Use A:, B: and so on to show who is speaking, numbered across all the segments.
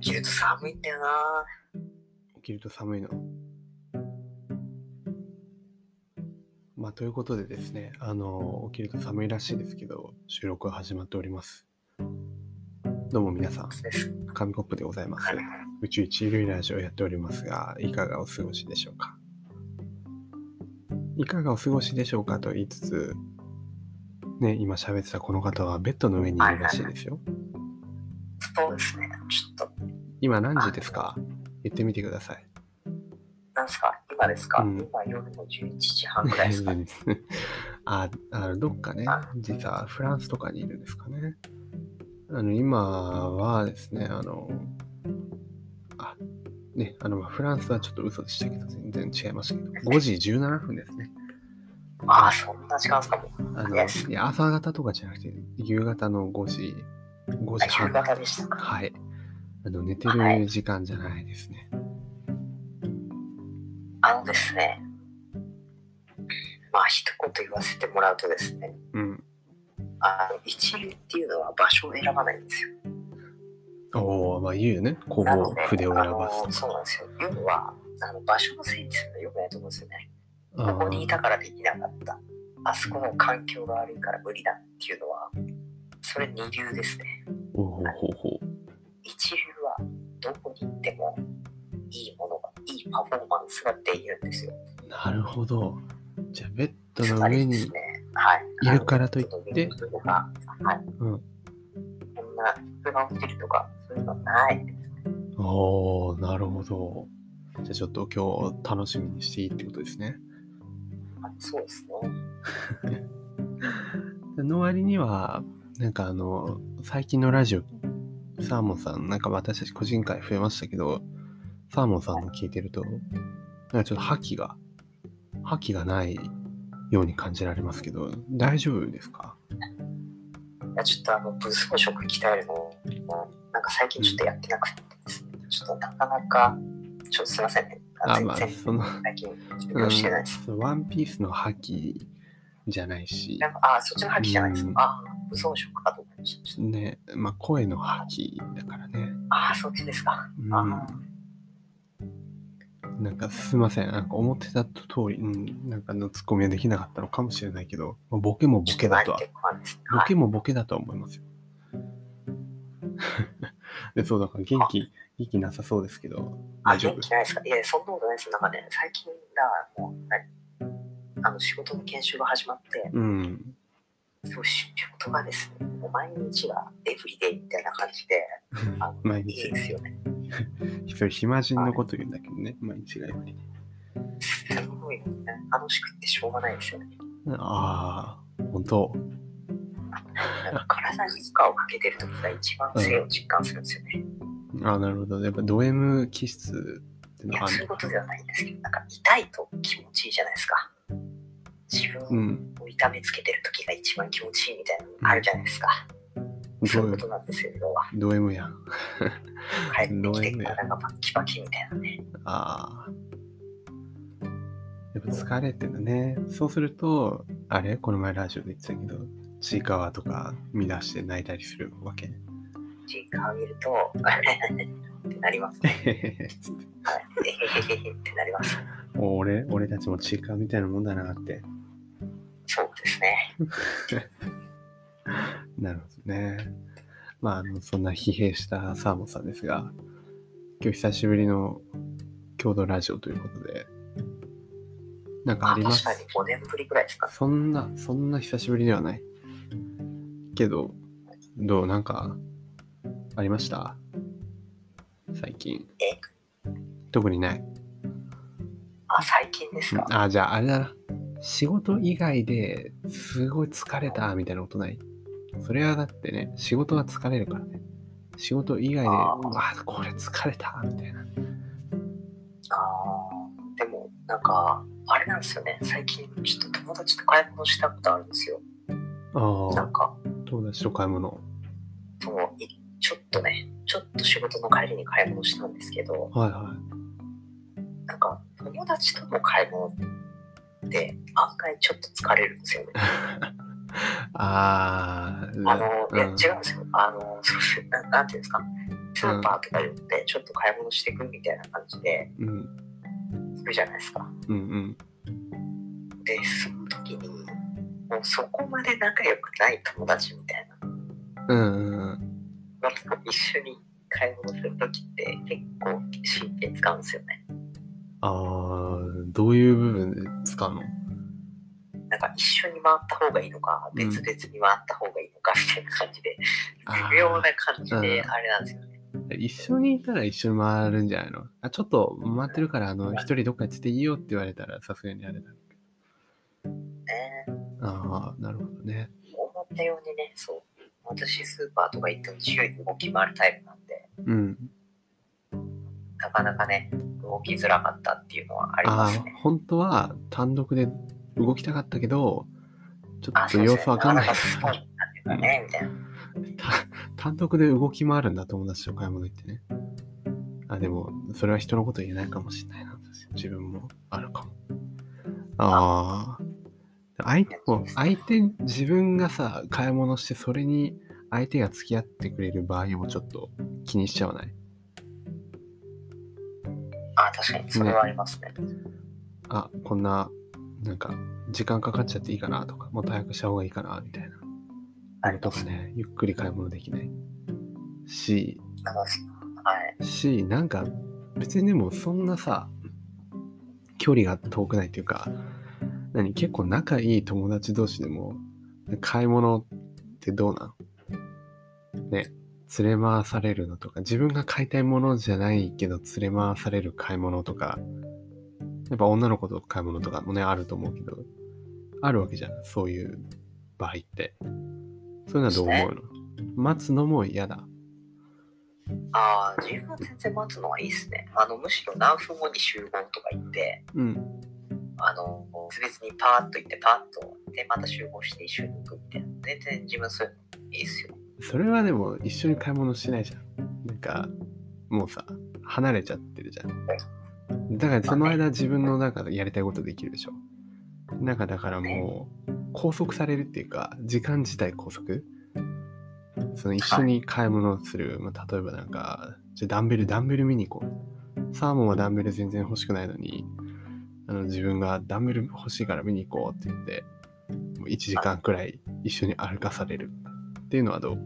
A: 起きると寒いんだよな。
B: 起きると寒いの。まあ、ということでですね、あの、起きると寒いらしいですけど、収録は始まっております。どうも皆さん、
A: そうです。
B: 紙コップでございます。宇宙一類ラジオをやっておりますが、いかがお過ごしでしょうか。いかがお過ごしでしょうかと言いつつ、ね、今喋ってたこの方はベッドの上にいるらしいですよ。
A: そうですね。ちょっと、
B: 今何時ですか言ってみてください。
A: なんすか今ですか、
B: うん
A: 今夜の11時半ぐらいですか
B: あ、あのどっかね
A: あ、
B: 実はフランスとかにいるんですかね。あの、今はですね、あの、あ、ね、あの、まあフランスはちょっと嘘でしたけど、全然違いまし たけど、5時17分ですね。
A: ああ、そんな時間ですかもう。
B: あの、
A: Yes
B: いや朝方とかじゃなくて、夕方の5時、5
A: あ
B: 時
A: 夕
B: 半。
A: 方でしたか。
B: はい。あの、寝て
A: は
B: る
A: い
B: 時間じゃないですね。
A: あのですね。まあ、一言言わせてもらうとですね。
B: うん。
A: あの、一流っていうのは場所を選ばないんですよ。
B: おおまあ言うよね。工
A: なの
B: 房
A: で、、
B: 筆を選ばす
A: あのそうなんですよ。要は、あの場所のせいにするのはよくないと思うんですよね。
B: とか。
A: ここにいたからできなかった。あそこの環境が悪いから無理だっていうのは、それ二流ですね。
B: おおうほうほう。
A: 一流はどこに行ってもいいものが、いいパフォーマンスができるんですよ。
B: なるほど。じゃあ、ベッド
A: つ
B: の
A: ま
B: 上
A: りで
B: に
A: すね、はい。
B: いるからといっ
A: あの
B: て、
A: ちょっと上に行くとかはい。
B: うん
A: こんな人が落ちるとか、そういうのはない。
B: おおなるほど。じゃあ、ちょっと今日楽しみにしていいってことですね。
A: あそうですね。
B: の割には、なんかあの、最近のラジオ、サーモンさん、なんか私たち個人会増えましたけど、サーモンさんの聞いてると、なんかちょっと覇気が、覇気がないように感じられますけど、大丈夫ですか
A: いやちょっとあの、ブースの職鍛えるのを、もうなんか最近ちょっとやってなくてですね、ちょっとなかなか、ちょっとすいませんね。
B: あ、
A: 全
B: まあ、
A: 然
B: その、
A: 最近、勉
B: う
A: 強
B: ん
A: してないです。
B: そうワンピースの覇気じゃないし、
A: なんかあ、そっちの覇気じゃないです
B: う
A: か
B: ん。
A: あ、武装色かと思いました。
B: ね、まあ、声の覇気だからね。
A: あ、そっちですか。
B: うん
A: あ
B: なんかすいません、なんか思ってた通り、うん、なんかのツッコミはできなかったのかもしれないけど、まあボケもボケだとは
A: ちょっ、と慣れてる感じですね
B: ボ
A: はい
B: ケもボケだとは思 いますよ。で、そうだから元気、元気なさそうですけど、
A: あ、
B: 大丈夫
A: 元気ないですかいや、そんなことないです。なんかね、最近だ、もう、はいあの、仕事の研修が始まって、
B: うん。
A: そう仕事がですね、もう毎日がエブリデイみたいな感じで、あの
B: 毎
A: いい
B: 日
A: で、すよね。
B: それ暇人のこと言うんだけどね、毎日がやっぱり。
A: すごい、ね、楽しくってしょうがないですよね。
B: ああ、本当
A: なんか体に負荷をかけてる時が一番性を実感するんですよね。
B: ああ、なるほど。やっぱド M 気質って
A: い
B: の
A: や、
B: はあ
A: そう
B: る
A: いう
B: の
A: こ
B: か
A: とではないんですけど、なんか痛いと気持ちいいじゃないですか。自
B: う
A: 分
B: ん。
A: を痛めつけてる時が一番気持ちいいみたいなのあるじゃないですか。
B: ど
A: そういう
B: う
A: ことなんですよ、要は。
B: ド M やん。
A: 帰ってきて
B: どういうのや
A: 体がバッキバキみたいなね。
B: ああ。やっぱ疲れてるね。そうすると、あれこの前ラジオで言ってたけど、ちいかわとか乱して泣いたりするわ け。
A: 時間を見ると、 ってなりますね。
B: つって
A: はい。えへへへへってなります。
B: お俺、俺たちもちいかわみたいなもんだなって。
A: そうですね。
B: なるほどね。まあ、あのそんな疲弊したサーモンさんですが、今日久しぶりの郷土ラジオということで、なんかあ
A: あ
B: ります
A: 確かに5年ぶりぐらいですか。
B: そんな、そんな久しぶりではない。けど、どうなんか、ありました最近。
A: え
B: 特にない。
A: あ、最近ですか。
B: あ、じゃああれだな。仕事以外ですごい疲れたみたいなことないそれはだってね、仕事は疲れるからね。仕事以外で、う
A: あー
B: わ、これ疲れたみたいな。
A: あーでも、なんか、あれなんですよね。最近、ちょっと友達と買い物したことあるんですよ。
B: あ
A: な
B: あ
A: ん、か、
B: 友達と買い物。
A: そのいちょっとね、ちょっと仕事の帰りに買い物したんですけど、
B: はいは
A: なんか友達との買い物って案外ちょっと疲れるんですよね。
B: い。ああ、
A: あの、いや、違う
B: うん
A: んですよ。あの、そうなんなんていうんですか、スーパーとか寄ってちょっと買い物してくみたいな感じで
B: うん、
A: 行くじゃないですか。
B: うん、うん。
A: で、その時に、もうそこまで仲良くない友達みたいな
B: うん、うん。
A: まあ一緒に買い物する時って結構神経使うんですよね。
B: あー、どういう部分で使うの
A: なんか一緒に回った方がいいのか、
B: うん
A: 別々に回った方がいいのかみたいな感じで、
B: あ
A: 微妙
B: ー
A: な感じであれなんですよね。
B: 一緒にいたら一緒に回るんじゃないのあちょっと回ってるから、あの、一人どっか行ってていいよって言われたら、さすがにあれだ。
A: ね
B: ああ、なるほどね。
A: 思ったようにね、そう。私スーパーとか行っても自由に動き回るタイプなんで、
B: うん。
A: なかなかね、動きづらかったっていうのはありま
B: あ
A: す
B: あ
A: ね。、
B: 本当は単独で動きたかったけど、ちょっ
A: あ、
B: と
A: そうです
B: 様
A: ね。
B: 子わかんない
A: かかスポンになってたね、みたいな。
B: た単独で動き回るんだ友達と買い物行ってねあでもそれは人のこと言えないかもしれないな自分もあるかもああ相手も相手自分がさ買い物してそれに相手が付き合ってくれる場合もちょっと気にしちゃわない
A: あ、確かに、それはありますね。
B: あこんななんか時間かかっちゃっていいかなとかもっと早くした方がいいかなみたいな
A: あ
B: の
A: り
B: と
A: ま
B: か
A: すね。
B: ねゆっくり買い物できないし
A: なんかはい。
B: しなんか別にでもそんなさ距離が遠くないっていうか何結構仲いい友達同士でも買い物ってどうなのね連れ回されるのとか自分が買いたいものじゃないけど連れ回される買い物とかやっぱ女の子と買い物とかもねあると思うけどあるわけじゃんそういう場合ってそういうのはどう思うの待つのも嫌だ
A: ああ、自分は全然待つのはいいですね。あの、むしろ何分後に集合とか言って、
B: うん
A: あの、別々にパーッと行って、パーッと、で、また集合して一緒に行くみたいな。全然自分そういうのいいっすよ。
B: それはでも一緒に買い物しないじゃん。なんかもうさ離れちゃってるじゃん。だからその間自分のなんかやりたいことできるでしょ。なんかだからもう拘束されるっていうか時間自体拘束その一緒に買い物をする、まあ、例えばなんかじゃあダンベルダンベル見に行こうサーモンはダンベル全然欲しくないのにあの自分がダンベル欲しいから見に行こうって言ってもう1時間くらい一緒に歩かされるっていうのはどう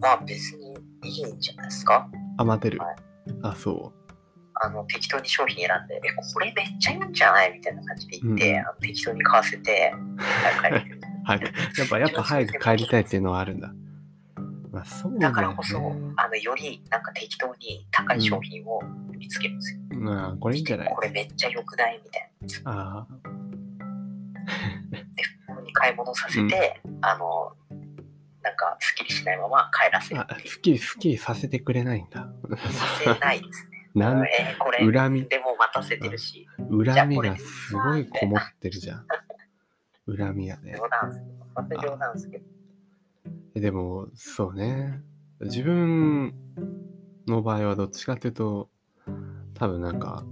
A: まあ、別にいいんじゃないですか。
B: あ、待てる
A: はい。
B: あ、そ
A: あの、適当に商品選んで、え、これめっちゃいいんじゃないみたいな感じで言って、
B: うん
A: あの適当に買わせて、早 く帰る。
B: う。早く、やっぱ、やっぱ早く帰りたいっていうのはあるんだ。まあ、そうだ
A: だ
B: よ
A: からこそ、
B: ね。
A: あの、よりなんか適当に高い商品を見つけるんですよ。
B: まあ、これいいんじゃない
A: これめっちゃ良くないみたいな。
B: ああ、
A: で普通に買い物させて、あのなんかすっきりしないまま帰らせる
B: あ
A: っていう
B: すっきり、すっきりさせてくれないんだ。
A: させないですね。
B: なん、
A: えーこれ
B: 恨み、
A: でも待たせてるし、
B: 恨みがすごいこもってるじゃん。恨みがね。
A: 冗談ですけど、また冗談ですけど、
B: えでもそうね自分の場合はどっちかっていうと多分なんか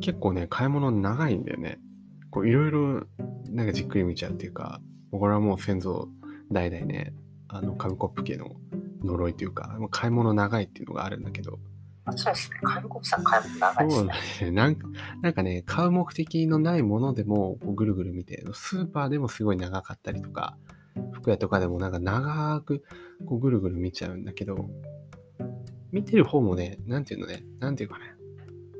B: 結構ね買い物長いんだよねこういろいろなんかじっくり見ちゃうっていうかもうこれはもう先祖代々ねあの紙コップ系の呪いというかもう買い物長いっていうのがあるんだけど
A: あそうですね、韓国さん買い物長いで
B: そ
A: すね。
B: うなんですねなんかなんかね買う目的のないものでもこうぐるぐる見てスーパーでもすごい長かったりとか服屋とかでもなんか長くこうぐるぐる見ちゃうんだけど見てる方もねなんていうのねなんていうかね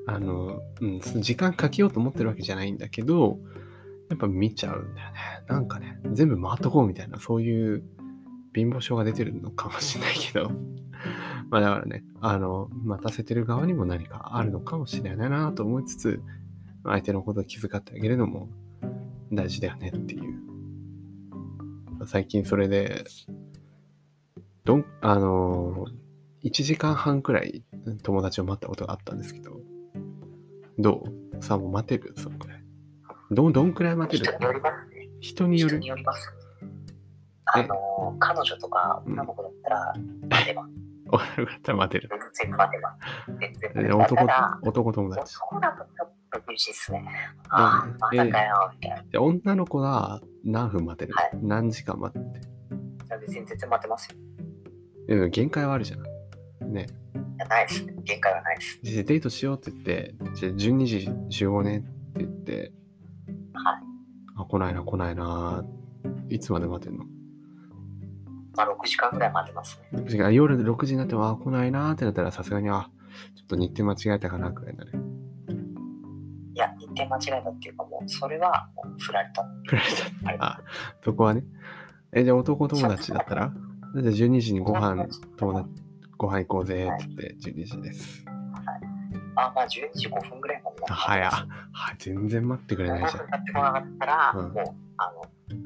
B: あの、うん、その時間かけようと思ってるわけじゃないんだけどやっぱ見ちゃうんだよねなんかね全部回っとこうみたいなそういう貧乏症が出てるのかもしれないけど まあだからね、あの、待たせてる側にも何かあるのかもしれないなと思いつつ、相手のことを気遣ってあげるのも大事だよねっていう。最近それで、どん、あの、1時間半くらい友達を待ったことがあったんですけど、どうさあもう待てるそのくらい。どん、どんくらい待て
A: 人
B: る
A: によりますね。
B: 人によ
A: 人
B: る
A: に。よります。あの彼女とか女の子だったら待てば、
B: わかったら待てる。
A: 全然待てば、全然待て
B: で
A: ば。た
B: 男、
A: だ、
B: 男友達。
A: 男だとちょっと厳しいですね。ああ、ま
B: え
A: たかよ、みたいな。
B: で女の子が何分待てる、
A: はい
B: 何時間待ってる
A: 全然待てますよ。
B: でも限界はあるじゃん。ね。
A: いやないですね。限界はないです。
B: でデートしようって言って、じゃあ12時集合ねって言って、
A: はい
B: あ、来ないな、来ないな、いつまで待てんの
A: まあ、6時間ぐらい待ってますね。
B: 確かに夜6時になっても、あ、来ないなってなったら、さすがに、あ、ちょっと日程間違えたかな、くらいになる。
A: いや、日程間違えたっていうか、もう、それは、もう振られた。
B: 振られ
A: あれ
B: た。あ、そこはね。え、じゃあ男友達だったらじゃあ12時にご飯、友達、ご飯行こうぜって言って、12時です。
A: あ、まあ、12時5分ぐらいまで待って
B: あ、
A: ます
B: 早っ。は全然待ってくれない
A: 長
B: じゃ
A: くなってこなかったら、
B: うん
A: もう、あの、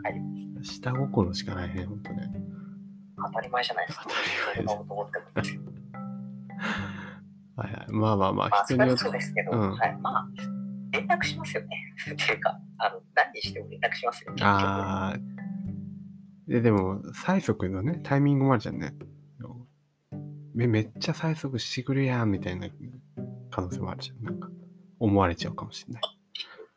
B: ん。下心しかないね、ほんとね。
A: 当たり前じゃないですか。
B: 当たり前
A: それが男ってことですよ
B: はいはい。まあまあま
A: ま
B: あ、
A: あ、そ
B: 人
A: れ
B: に
A: は
B: よって
A: そう。ですけど、
B: うん
A: はい、まあ、連絡しますよね。 っていうか、あの、何にしても連絡しますよ。結局
B: ああ。で、でも、催促のね、タイミングもあるじゃんね。めめっちゃ催促してくるやん、みたいな可能性もあるじゃん。なんか、思われちゃうかもしれない。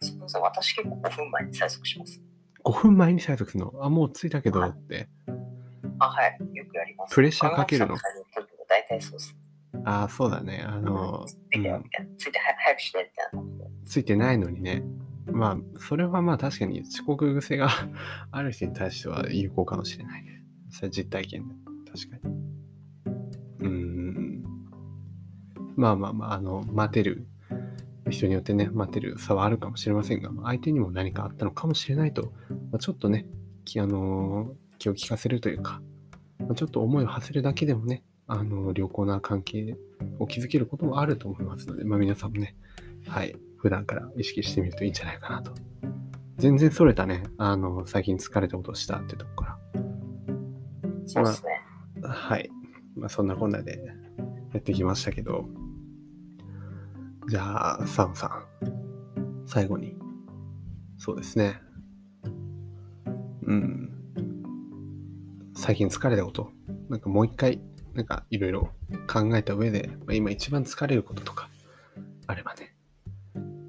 A: そうそうそう私結構5分前に催促します。
B: 5分前に催促するの。あ、もう着いたけどって。
A: あ、はい、よくやります。
B: プレッシャーかけるの
A: 他の奥さんとかにとっても大体そうです。
B: ああ、そうだね。あの、う
A: で
B: ん、
A: みたいなついて早く早くしてみたいな。
B: ついてないのにね。まあ、それはまあ確かに遅刻癖が ある人に対しては有効かもしれないね。それは実体験で。確かに。うーん。まあまあまあ、あの、待てる。人によってね、待てる差はあるかもしれませんが、まあ相手にも何かあったのかもしれないと、まあ、ちょっとね、きあのー気を利かせるというか、まあ、ちょっと思いを馳せるだけでもね、あのー良好な関係を築けることもあると思いますので、まあ、皆さんもね、はい、普段から意識してみるといいんじゃないかなと。全然それたね、あの、最近疲れたことをしたってとこか
A: そうですね。
B: ら。はい。まあ、そんなこんなでやってきましたけど。じゃあ、サムさん。最後に。そうですね。うん。最近疲れたこと。なんかもう一回、なんかいろいろ考えた上で、まあ、今一番疲れることとか、あればね、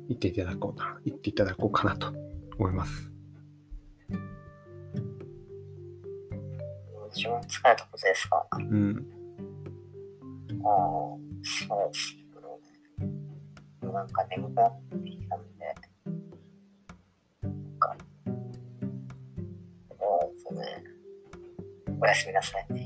B: 言っていただこうな、言っていただこうかなと思います。
A: 自分疲れたことですかあ
B: うん。
A: ーそうですね。でもなんか眠くなってきたんで、なんか、そうですね。おやすみなさいね。